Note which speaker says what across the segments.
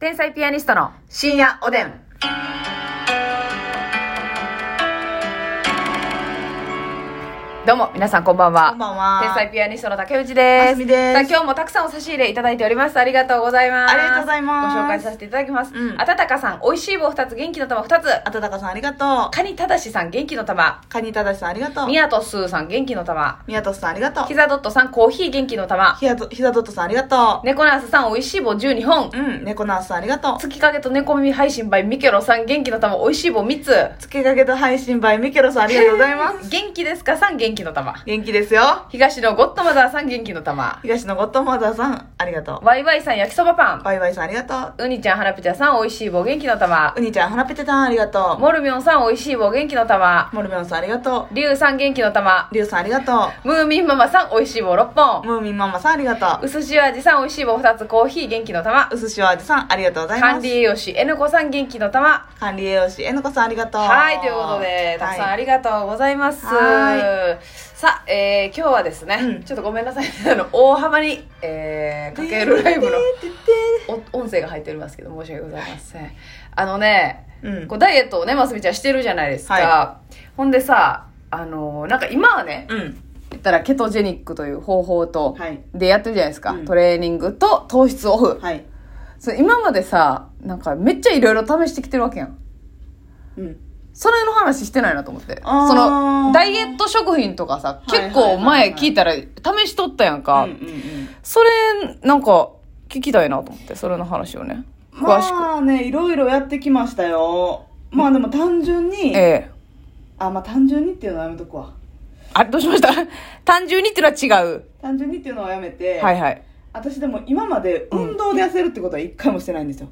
Speaker 1: 天才ピアニストの
Speaker 2: 深夜おでん。
Speaker 1: どうも皆さんこんばんは
Speaker 2: こんばんは
Speaker 1: 天才ピアニストの竹内です
Speaker 2: ますみです
Speaker 1: さあ今日もたくさんお差し入れいただいておりますありがとうございます
Speaker 2: ありがとうございます
Speaker 1: ご紹介させていただきます、
Speaker 2: うん
Speaker 1: あたたかさん美味しい棒2つ元気の玉2つ
Speaker 2: あたたかさんありがと
Speaker 1: カニただしさん元気の玉
Speaker 2: う。カニただしさんありがとう
Speaker 1: み。やとすーさん元気の玉
Speaker 2: みやとしさんありがとう
Speaker 1: ひ。ざドットさんコーヒー元気の玉
Speaker 2: ひやと、ひざととさんありがと
Speaker 1: 猫ナースさん美味しい棒12本
Speaker 2: う。うん。猫ナースさんありがとう。
Speaker 1: 月影と猫耳配信 by ミケロさん元気の玉美味しい棒3つ
Speaker 2: つけかけと配信 by みけろさんあ
Speaker 1: あ
Speaker 2: りがとうござい ま
Speaker 1: す
Speaker 2: す。
Speaker 1: 元気ですかさん元気の玉
Speaker 2: 元気ですよ。
Speaker 1: 東のゴッドマザーさん元気の玉
Speaker 2: 東のゴッドマザーさんありがと
Speaker 1: ワイワイさん焼きそばパ
Speaker 2: う。バイバイさんありがと
Speaker 1: ンうにちゃんはらぺちゃさん美味しい棒元気の玉
Speaker 2: う。うにちゃん、はなぺてたんありがと
Speaker 1: モルミョンさん美味しい棒元気の玉
Speaker 2: う。もるみょんさんありがと
Speaker 1: リュウさん元気の玉
Speaker 2: う。りゅうさんありがと
Speaker 1: ムーミンママさん美味しい棒6
Speaker 2: う。
Speaker 1: 本
Speaker 2: ムーミンママさんありがと
Speaker 1: うすしお味さん美味しい棒2つコーヒー元気の玉
Speaker 2: う。うすしおあじさんありがとうございます。
Speaker 1: 管理栄養士 N 子さん元気の玉
Speaker 2: 管理栄養士、えのこさんありがとう。
Speaker 1: はいということでたくさんあ
Speaker 2: り
Speaker 1: りがとうございます、
Speaker 2: は
Speaker 1: さあ、えー今日はですね、
Speaker 2: うん
Speaker 1: ちょっとごめんなさいあの大幅に、えー、かけるライブのお音声が入っておりますけど申し訳ございませんあのね
Speaker 2: うん
Speaker 1: こうダイエットをねますみちゃんしてるじゃないですか、
Speaker 2: は
Speaker 1: ほんでさあのーなんか今はね
Speaker 2: うん。
Speaker 1: 言ったらケトジェニックという方法と、
Speaker 2: はい
Speaker 1: でやってるじゃないですか、
Speaker 2: うん
Speaker 1: トレーニングと糖質オフ、
Speaker 2: はい。
Speaker 1: そう今までさなんかめっちゃいろいろ試してきてるわけやん
Speaker 2: うん。
Speaker 1: それの話してないなと思って
Speaker 2: あー
Speaker 1: そのダイエット食品とかさ
Speaker 2: いはいはい
Speaker 1: 結構前聞いたら試しとったやんか、
Speaker 2: うんうんうん。
Speaker 1: それなんか聞きたいなと思ってそれの話をね詳しく、
Speaker 2: まあねいろいろやってきましたよまあでも単純に、
Speaker 1: ええ
Speaker 2: あまあ単純にっていうのはやめとくわ
Speaker 1: あれどうしました 単純にっていうのは違う、
Speaker 2: 単純にっていうのはやめて、
Speaker 1: はいはい
Speaker 2: 私でも今まで運動で痩せるってことは一回もしてないんですよ、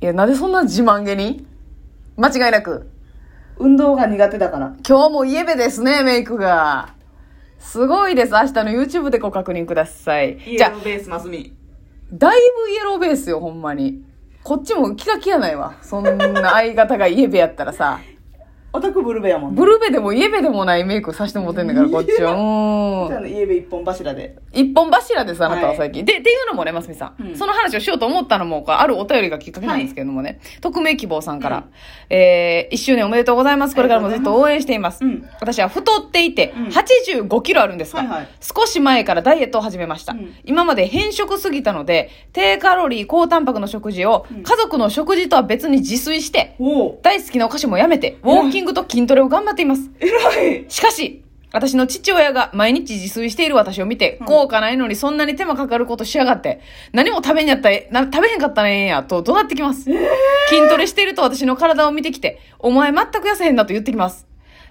Speaker 1: いやなんでそんな自慢げに間違いなく
Speaker 2: 運動が苦手だから
Speaker 1: 今日もイエベですね、メイクが。すごいです。明日の YouTube でご確認ください。じゃあ、
Speaker 2: ベースマスミ
Speaker 1: だいぶイエローベースよ、ほんまに。こっちも気が気やないわ。そんな相方がイエベやったらさ。
Speaker 2: オタクブルベやもんね
Speaker 1: ブルベでもイエベでもないメイクさせてもらってんだから、こっちは。う
Speaker 2: じゃ
Speaker 1: ー
Speaker 2: あ
Speaker 1: ん。
Speaker 2: ね家で一本柱で
Speaker 1: 一本柱です、あなたは最近。で、っていうのもね、ますみさん,、
Speaker 2: うん
Speaker 1: その話をしようと思ったのも、あるお便りがきっかけなんですけれどもね。匿名希望さんから、えー、一周年おめでとうございます。これからもずっと応援しています。
Speaker 2: うん
Speaker 1: 私は太っていて、
Speaker 2: うん
Speaker 1: 85キロあるんですが、
Speaker 2: はいはい
Speaker 1: 少し前からダイエットを始めました。
Speaker 2: うん
Speaker 1: 今まで偏食すぎたので、低カロリー、高タンパクの食事を、
Speaker 2: ん
Speaker 1: 家族の食事とは別に自炊して、
Speaker 2: おお
Speaker 1: 大好きなお菓子もやめて、ウォーキングと筋トレを頑張っています。
Speaker 2: 偉い
Speaker 1: しかし、私の父親が毎日自炊している私を見て、
Speaker 2: うん
Speaker 1: 効果ないのにそんなに手間かかることしやがって、何も食べにやったらえな食べへんかったらええんや、と怒鳴ってきます。筋トレしていると私の体を見てきて、お前全く痩せへんなと言ってきます。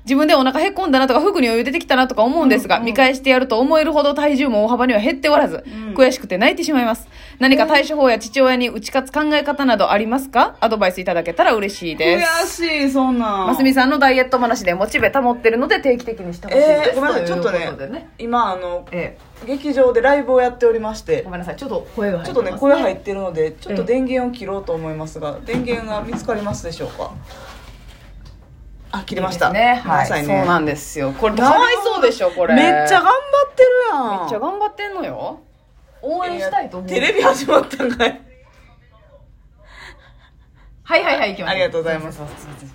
Speaker 1: 自分でお腹へっこんだなとか服に余裕出てきたなとか思うんですが、
Speaker 2: うんうん
Speaker 1: 見返してやると思えるほど体重も大幅には減っておらず、
Speaker 2: うん
Speaker 1: 悔しくて泣いてしまいます。何か対処法や父親に打ち勝つ考え方などありますかアドバイスいただけたら嬉しい
Speaker 2: 悔
Speaker 1: です。
Speaker 2: しいそんなん
Speaker 1: ますみさんのダイエット話でモチベ保ってるので定期的にしてほしいです、
Speaker 2: えー、ごめんなさいちょっと
Speaker 1: いう
Speaker 2: ね
Speaker 1: こでね
Speaker 2: 今あの
Speaker 1: え
Speaker 2: 劇場でライブをやっておりまして
Speaker 1: ーごめんなさいちょっと声が入
Speaker 2: ち
Speaker 1: て
Speaker 2: ょ
Speaker 1: ます
Speaker 2: っとね声入ってるのでちょっと電源を切ろうと思いますが電源が見つかりますでしょうかあ切れました
Speaker 1: いいですねはい
Speaker 2: ごめんなさい
Speaker 1: そうなんですよこれかわいそうでしょこれ
Speaker 2: めっちゃ頑張ってるやん
Speaker 1: めっちゃ頑張ってんのよ応援したいと思う
Speaker 2: テレビ始まったんかい
Speaker 1: はいはいはい行きます
Speaker 2: ありがとうございます
Speaker 1: すいませんすいませんすいま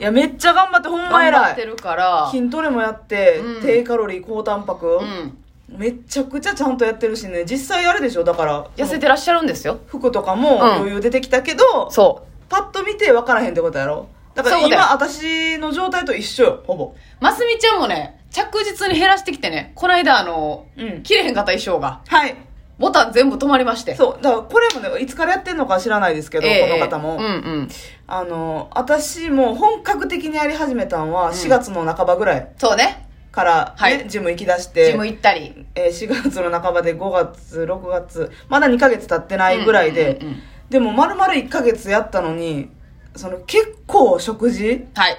Speaker 2: いやめっちゃ頑張ってほんま
Speaker 1: せん頑張
Speaker 2: 偉
Speaker 1: って
Speaker 2: い
Speaker 1: るから
Speaker 2: 筋トレもやって、
Speaker 1: うん
Speaker 2: 低カロリー高タンパク、
Speaker 1: うん
Speaker 2: めちゃくちゃちゃんとやってるしね実際あれでしょだから
Speaker 1: 痩せてらっしゃるんですよ
Speaker 2: 服とかも余裕出てきたけど、
Speaker 1: そう
Speaker 2: パッと見て分からへんってことやろだから
Speaker 1: そうだよ
Speaker 2: 今私の状態と一緒よほぼ
Speaker 1: ますみちゃんもね着実に減らしてきてねこの間あの、
Speaker 2: うん
Speaker 1: 切れへんかった衣装が
Speaker 2: はい
Speaker 1: ボタン全部止まりましてう
Speaker 2: そう、だからこれもね、いつからやってんのか知らないですけど、この方も、
Speaker 1: うんうん
Speaker 2: あの、私も本格的にやり始めたのは、4月の半ばぐらい
Speaker 1: そうね
Speaker 2: から、ね
Speaker 1: はい
Speaker 2: ジム行き出し
Speaker 1: ジム
Speaker 2: て、
Speaker 1: 行ったり
Speaker 2: えー4月の半ばで5月、6月、まだ2ヶ月経ってないぐらいで、
Speaker 1: うんうんうんうん
Speaker 2: でも丸々1ヶ月やったのに、その結構食事
Speaker 1: はい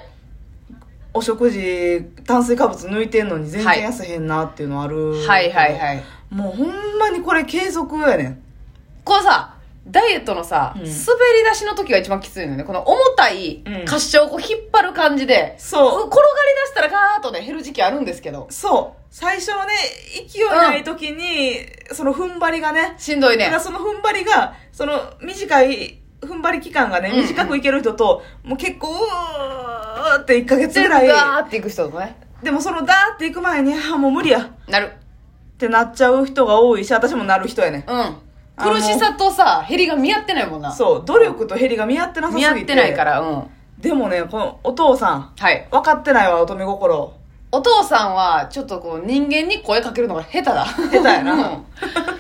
Speaker 2: お食事、炭水化物抜いてんのに全
Speaker 1: はい
Speaker 2: 然痩せへんなっていうのある、
Speaker 1: はいはいはい。
Speaker 2: もうほんまにこれ継続やねん。
Speaker 1: このさ、ダイエットのさ、
Speaker 2: うん
Speaker 1: 滑り出しの時が一番きついのよね。この重たい
Speaker 2: うん
Speaker 1: 滑車をこう引っ張る感じで、
Speaker 2: そう
Speaker 1: こう転がり出したらガーッとね、減る時期あるんですけど、
Speaker 2: そう。最初のね、勢いない時に、その踏ん張りがね、
Speaker 1: しんどいね
Speaker 2: だから。その踏ん張りが、その短い、踏ん張り期間がね、
Speaker 1: うんうん
Speaker 2: 短くいける人と、もう結構、うーって1ヶ月
Speaker 1: 全
Speaker 2: ぐ
Speaker 1: 部
Speaker 2: ら
Speaker 1: ガ
Speaker 2: い、
Speaker 1: ーっていく人とかね。
Speaker 2: でもそのダーっていく前に、あ、もう無理やっ
Speaker 1: なる。
Speaker 2: てなっちゃう人が多いし、私もなる人やね。
Speaker 1: うん。
Speaker 2: あの
Speaker 1: 苦しさとさ、減りが見合ってないもんな。
Speaker 2: そう、努力と減りが見合ってなさすぎ
Speaker 1: 見
Speaker 2: て。
Speaker 1: 合ってないから、うん。
Speaker 2: でもね、このお父さん、
Speaker 1: はい。
Speaker 2: 分かってないわ、乙女心。
Speaker 1: お父さんは、ちょっとこう、人間に声かけるのが下手だ。下
Speaker 2: 手やな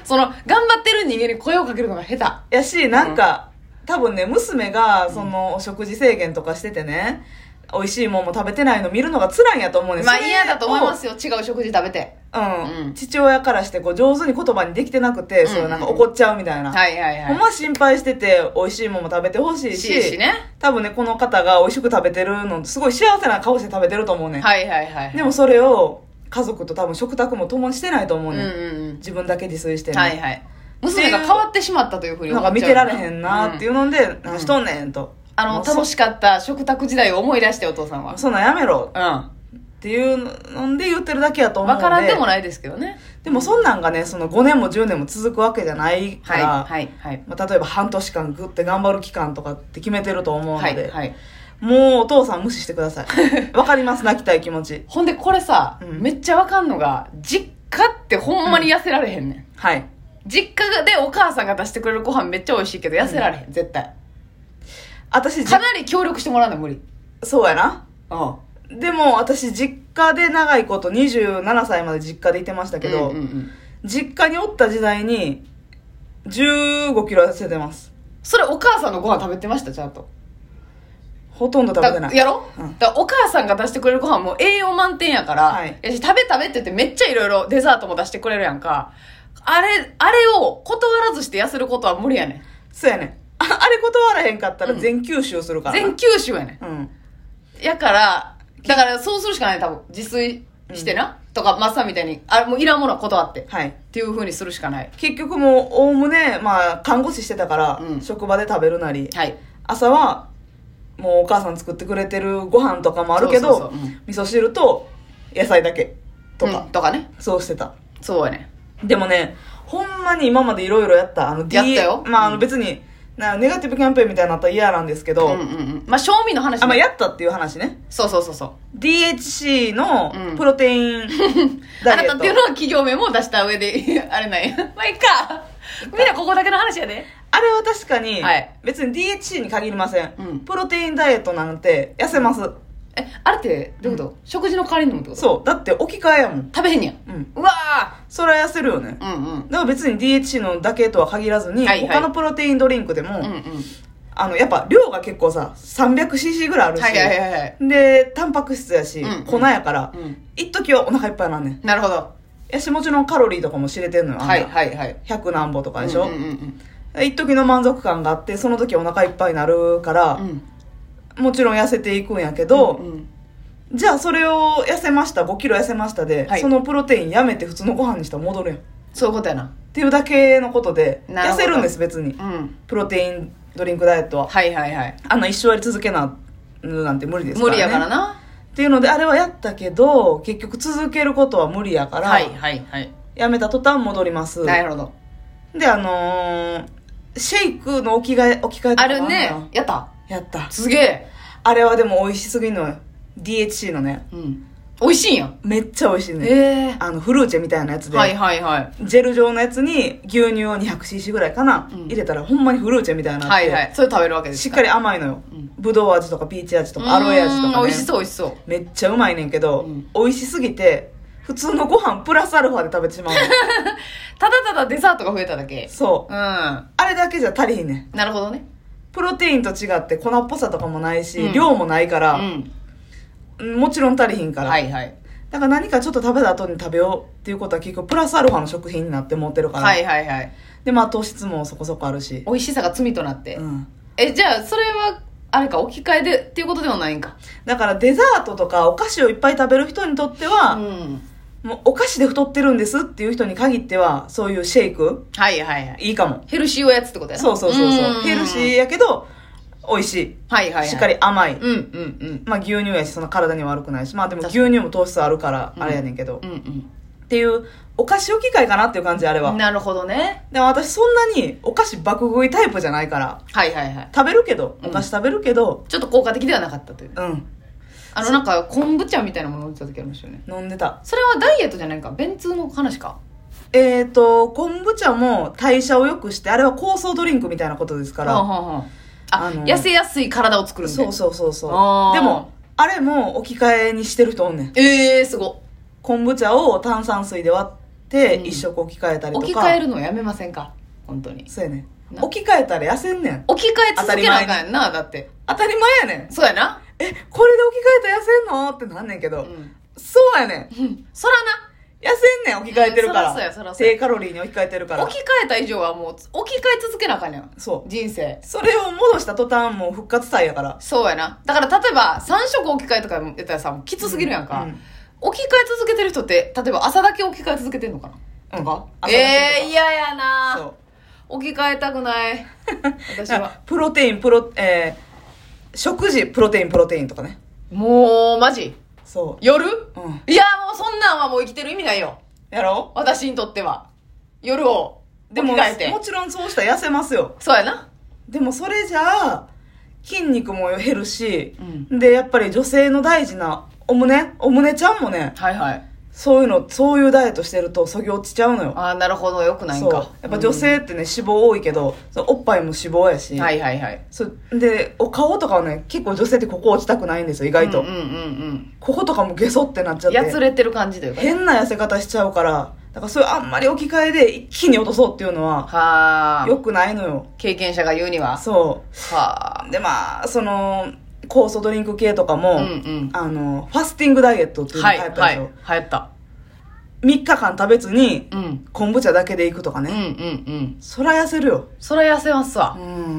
Speaker 1: その、頑張ってる人間に声をかけるのが下手。
Speaker 2: やし、なんか、多分ね、娘が、その、お食事制限とかしててね、美味しいもんも食べてないの見るのが辛いんやと思うねん
Speaker 1: まあ
Speaker 2: それを
Speaker 1: 嫌だと思いますよ。違う食事食べて。
Speaker 2: うん、
Speaker 1: うん
Speaker 2: 父親からしてこう上手に言葉にできてなくて、
Speaker 1: ん
Speaker 2: それなんか怒っちゃうみたいな、
Speaker 1: はいはい
Speaker 2: ほん
Speaker 1: は
Speaker 2: ま心配してて美味しいもんも食べてほしい
Speaker 1: い。し
Speaker 2: し
Speaker 1: しね。
Speaker 2: 多分ねこの方が美味しく食べてるのすごい幸せな顔して食べてると思うねん、
Speaker 1: はいはいはい。
Speaker 2: でもそれを家族と多分食卓も共にしてないと思
Speaker 1: う
Speaker 2: うんねん、
Speaker 1: うん
Speaker 2: 自分だけ自炊して
Speaker 1: うん。
Speaker 2: ね、
Speaker 1: はいはい。娘が変わってしまったというふうに
Speaker 2: な
Speaker 1: 思
Speaker 2: ん
Speaker 1: っ
Speaker 2: か見てられへんなって
Speaker 1: いう。
Speaker 2: いうので、何しとんねんと
Speaker 1: うんあの、
Speaker 2: そ
Speaker 1: 楽しかった食卓時代を思い出してお父さんは。
Speaker 2: そんなんやめろ
Speaker 1: う
Speaker 2: っていうので言ってるだけやと
Speaker 1: ん。
Speaker 2: 思うん
Speaker 1: わか
Speaker 2: で
Speaker 1: らんでもないですけどね。
Speaker 2: でもそんなんがねその5年も10年も続くわけじゃないか
Speaker 1: はい
Speaker 2: ら、
Speaker 1: はいはい。
Speaker 2: まあ、例えば半年間グッて頑張る期間とかって決めてると思うので、
Speaker 1: はいはい。
Speaker 2: もうお父さん無視してくださ いわかります泣きたい気持ち
Speaker 1: ほんでこれさ、
Speaker 2: うん
Speaker 1: めっちゃわかんのが、実家ってほんまに痩せられへんねん。
Speaker 2: はい
Speaker 1: 実家でお母さんが出してくれるご飯めっちゃ美味しいけど痩せられへん、絶対。
Speaker 2: 私じ
Speaker 1: かなり協力してもらわない無理。
Speaker 2: そうやな
Speaker 1: うん。
Speaker 2: でも私実家で長いこと27歳まで実家でいてましたけど、
Speaker 1: うんうんうん
Speaker 2: 実家におった時代に1 5キロ痩せてます
Speaker 1: それお母さんのご飯食べてましたちゃんと
Speaker 2: ほとんど食べてな
Speaker 1: だ
Speaker 2: い
Speaker 1: やろ、
Speaker 2: うん
Speaker 1: だからお母さんが出してくれるご飯も栄養満点やから、
Speaker 2: はい
Speaker 1: やし食べ食べって言ってめっちゃいろいろデザートも出してくれるやんかあれあれを断らずして痩せることは無理やねん
Speaker 2: そうやねんああれ断らへんかったら
Speaker 1: うん
Speaker 2: 全吸収するからな
Speaker 1: 全九州やね
Speaker 2: うん
Speaker 1: んやからだからそうするしかない多分自炊してな、とかマッサンみたいにあもういらんものは断ってっ
Speaker 2: はい
Speaker 1: ていうふうにするしかない
Speaker 2: 結局もうおおむねまあ看護師してたから、
Speaker 1: うん
Speaker 2: 職場で食べるなり
Speaker 1: はい
Speaker 2: 朝はもうお母さん作ってくれてるご飯とかもあるけど
Speaker 1: そうそうそううん
Speaker 2: 味噌汁と野菜だけとか、
Speaker 1: うんとかね
Speaker 2: そうしてた
Speaker 1: そうやね
Speaker 2: でもねほんまに今までいろいろやったあの D
Speaker 1: やったよ
Speaker 2: まああ
Speaker 1: う
Speaker 2: の
Speaker 1: ん
Speaker 2: 別になネガティブキャンペーンみたいになったら嫌なんですけ
Speaker 1: う
Speaker 2: ど、
Speaker 1: んうんうんまあ賞味の話ね、
Speaker 2: あまあやったっていう話ね
Speaker 1: そうそうそうそう
Speaker 2: DHC の
Speaker 1: うん
Speaker 2: プロ テイン
Speaker 1: あ
Speaker 2: ダ
Speaker 1: な
Speaker 2: イエ
Speaker 1: た
Speaker 2: ッ
Speaker 1: っ
Speaker 2: ト、
Speaker 1: ていうのは企業名も出した上で、 あれない。まあ、いっか。みんなここだけの話やで。
Speaker 2: あれは確かに
Speaker 1: はい
Speaker 2: 別に DHC に限りません、
Speaker 1: うん
Speaker 2: プロテインダイエットなんて痩せます
Speaker 1: え、あれって、どういうこと、食事の代わりに飲むってこと
Speaker 2: そうだって置き換えやもん
Speaker 1: 食べへんねや。
Speaker 2: うん
Speaker 1: うわぁ
Speaker 2: それは痩せるよね、
Speaker 1: うんうん。
Speaker 2: だから別に DHC のだけとは限らずに、
Speaker 1: はいはい
Speaker 2: 他のプロテインドリンクでも、
Speaker 1: うんうん。
Speaker 2: あのやっぱ量が結構さ 300cc ぐらいあるし、
Speaker 1: はいはいはいはい。
Speaker 2: でタンパク質やし、
Speaker 1: うんうん
Speaker 2: 粉やから、
Speaker 1: うん。
Speaker 2: 一時はお腹いっぱいなんねん
Speaker 1: なるほど。
Speaker 2: やしもちろんカロリーとかも知れてんのよあんな
Speaker 1: はいはいはい。
Speaker 2: 100何歩とかでし
Speaker 1: う
Speaker 2: ょ、
Speaker 1: んうんうん
Speaker 2: 一時の満足感があってその時お腹いっぱいになるから
Speaker 1: う、ん。
Speaker 2: もちろん痩せていくんやけど、
Speaker 1: うんうん
Speaker 2: じゃあそれを痩せました5キロ痩せましたで、
Speaker 1: はい
Speaker 2: そのプロテインやめて普通のご飯にしたら戻るやんっ
Speaker 1: そういうことやな。
Speaker 2: ていうだけのことで
Speaker 1: なるほ
Speaker 2: 痩
Speaker 1: ど
Speaker 2: せるんです別
Speaker 1: う
Speaker 2: に
Speaker 1: ん。
Speaker 2: プロテインドリンクダイエットは
Speaker 1: はいはいはい。
Speaker 2: あんな一生やり続けななんて無理ですから、ね、
Speaker 1: 無理やからな。
Speaker 2: っていうのであれはやったけど結局続けることは無理やから、
Speaker 1: はいはいはい。
Speaker 2: やめた途端戻ります
Speaker 1: なるほど。
Speaker 2: であのーシェイクの置き換え置き換えとか
Speaker 1: あ
Speaker 2: も
Speaker 1: る
Speaker 2: んの
Speaker 1: ね
Speaker 2: よ。
Speaker 1: やった。
Speaker 2: やった
Speaker 1: すげえ。
Speaker 2: あれはでも美味しすぎんのよ DHC のね
Speaker 1: うん。美味しいんや。
Speaker 2: めっちゃ美味しいね
Speaker 1: え
Speaker 2: あのフルーチェみたいなやつ
Speaker 1: え
Speaker 2: で、
Speaker 1: はいはいはい。
Speaker 2: ジェル状のやつに牛乳を 200cc ぐらいかな、
Speaker 1: うん
Speaker 2: 入れたらほんまにフルーチェみたいになって、
Speaker 1: はいはい。それ食べるわけです
Speaker 2: しっ
Speaker 1: か
Speaker 2: かり甘いのよ、
Speaker 1: うん
Speaker 2: ぶどう味とかピーチ味とかアロエ味とか、ね、
Speaker 1: うん美味しそう美味しそう
Speaker 2: めっちゃうまいねんけど、
Speaker 1: うん
Speaker 2: 美味しすぎて普通のご飯プラスアルファで食べてし まうの
Speaker 1: ただただデザートが増えただけ
Speaker 2: そう
Speaker 1: うんな
Speaker 2: あれだけじゃ足りひんねん
Speaker 1: るほどね
Speaker 2: プロテインと違って粉っぽさとかもないし、
Speaker 1: うん
Speaker 2: 量もないか
Speaker 1: う
Speaker 2: ら、
Speaker 1: ん
Speaker 2: もちろん足りひんから、
Speaker 1: はいはい
Speaker 2: だから何かちょっと食べた後に食べようっていうことは結局プラスアルファの食品になって持ってるから、
Speaker 1: はいはいはい
Speaker 2: でまあ糖質もそこそこあるし、
Speaker 1: 美味しさが罪となって、
Speaker 2: うん、
Speaker 1: えじゃあそれはあれか置き換えでっていうことではないんか
Speaker 2: だからデザートとかお菓子をいっぱい食べる人にとって
Speaker 1: う
Speaker 2: は、
Speaker 1: ん
Speaker 2: もうお菓子で太ってるんですっていう人に限ってはそういうシェイク
Speaker 1: はいはいはい
Speaker 2: いいかも
Speaker 1: ヘルシーおやつってことやな
Speaker 2: そうそうそうそう
Speaker 1: うん
Speaker 2: ヘルシーやけど美味しい
Speaker 1: はいはい、はい、
Speaker 2: しっかり甘い、
Speaker 1: うんうんうん
Speaker 2: まあ牛乳やしそんな体には悪くないしまあでも
Speaker 1: 確
Speaker 2: 牛乳も糖質あるからあれやねんけど、
Speaker 1: うんうん
Speaker 2: っていう、お菓子置き換えかなっていう感じ、あれは。
Speaker 1: なるほどね。
Speaker 2: でも私そんなにお菓子爆食いタイプじゃないから、
Speaker 1: はいはいはい。
Speaker 2: 食べるけど、
Speaker 1: うん
Speaker 2: お菓子食べるけど、
Speaker 1: ちょっと効果的ではなかったという。
Speaker 2: うん、
Speaker 1: あの、なんか、昆布茶みたいなもの飲んでた時ありましたよね。
Speaker 2: 飲んでた。
Speaker 1: それはダイエットじゃないか。便通の話か。
Speaker 2: えっ、ー、と、昆布茶も代謝を良くして、あれは酵素ドリンクみたいなことですか
Speaker 1: はあ、
Speaker 2: ら、
Speaker 1: はあはあ、あ
Speaker 2: あの
Speaker 1: 痩せやすい体を作るんで。
Speaker 2: そうそうそうそう。
Speaker 1: あー
Speaker 2: でも、あれも置き換えにしてる人おんねん。
Speaker 1: ええー、すごっ。
Speaker 2: 昆布茶を炭酸水で割って、
Speaker 1: うん
Speaker 2: 一食置き換えたりとか。
Speaker 1: 置き換えるのやめませんか本当に。
Speaker 2: そうやねん。
Speaker 1: な
Speaker 2: 置き換えたら痩せんねん。
Speaker 1: 置き換え続けなあかんやんな、だって。
Speaker 2: 当たり前やねん。
Speaker 1: そうやな。
Speaker 2: え、これで置き換えたら痩せんのってなんねんけ
Speaker 1: う
Speaker 2: ど、
Speaker 1: ん。
Speaker 2: そうやねん。
Speaker 1: うん そら
Speaker 2: 痩せんねん置き換えてるから、
Speaker 1: うんそらそうやそらそうや
Speaker 2: 低カロリーに置き換えてるか
Speaker 1: な。
Speaker 2: ら
Speaker 1: 置き換えた以上はもう、置き換え続けなあかんやん。
Speaker 2: そう
Speaker 1: 人生。
Speaker 2: それを戻した途端もう復活祭やから
Speaker 1: そうやな。だから例えば、3食置き換えとかやったらさ、もうきつすぎるやんか。
Speaker 2: うんうん
Speaker 1: 置き換え続けてる人って、例えば朝だけ置き換え続けてんのかな、
Speaker 2: うん
Speaker 1: とか
Speaker 2: 朝だけとか
Speaker 1: ええー、嫌やな
Speaker 2: そう
Speaker 1: 置き換えたく ない。私
Speaker 2: だか
Speaker 1: は。
Speaker 2: らプロテインプロえー食事プロテインプロテインとかね
Speaker 1: もう、マジ
Speaker 2: そ
Speaker 1: 夜
Speaker 2: ううん
Speaker 1: いや、もうそんなんはもう生きてる意味ないよ。
Speaker 2: やろ
Speaker 1: 私にとっては。夜を、
Speaker 2: う
Speaker 1: で
Speaker 2: で
Speaker 1: も
Speaker 2: も
Speaker 1: 置き換えて
Speaker 2: も。ちろんそうしたら痩せますよ
Speaker 1: そうやな。
Speaker 2: でもそれじゃあ筋肉も減るし
Speaker 1: う、ん。
Speaker 2: でやっぱり女性の大事なお胸お胸ちゃんもね
Speaker 1: はいはい。
Speaker 2: そういうのそういうダイエットしてるとそぎ落ちちゃうのよ
Speaker 1: ああ、なるほど。よくないん
Speaker 2: そう
Speaker 1: か。
Speaker 2: やっぱ女性ってね、脂肪多いけどそのおっぱいも脂肪やし、
Speaker 1: うんはいはいはい。
Speaker 2: そうでお顔とかはね結構女性ってここ落ちたくないんですよ意外と、
Speaker 1: うんうんうん
Speaker 2: こことかもゲソってなっち
Speaker 1: う
Speaker 2: ゃっ
Speaker 1: ん。やつ
Speaker 2: て
Speaker 1: れてる感じというかね。
Speaker 2: 変な痩せ方しちゃうからだからそういうあんまり置き換えで一気に落とそうっていうのは
Speaker 1: はあ。
Speaker 2: 良くないのよ
Speaker 1: 経験者が言うには。
Speaker 2: そ
Speaker 1: はあ。
Speaker 2: うでまあその酵素ドリンク系とか
Speaker 1: う
Speaker 2: も、
Speaker 1: んうん。
Speaker 2: あのファスティングダイエットっていうのが
Speaker 1: は
Speaker 2: 流
Speaker 1: い
Speaker 2: 行ったで
Speaker 1: は
Speaker 2: し
Speaker 1: い。
Speaker 2: ょ、
Speaker 1: 流行った。
Speaker 2: 3日間食べずに
Speaker 1: うん。
Speaker 2: 昆布茶だけでいくとか
Speaker 1: うんうん
Speaker 2: ね、
Speaker 1: うん。
Speaker 2: そら痩せるよ
Speaker 1: それ痩せますわ。
Speaker 2: うん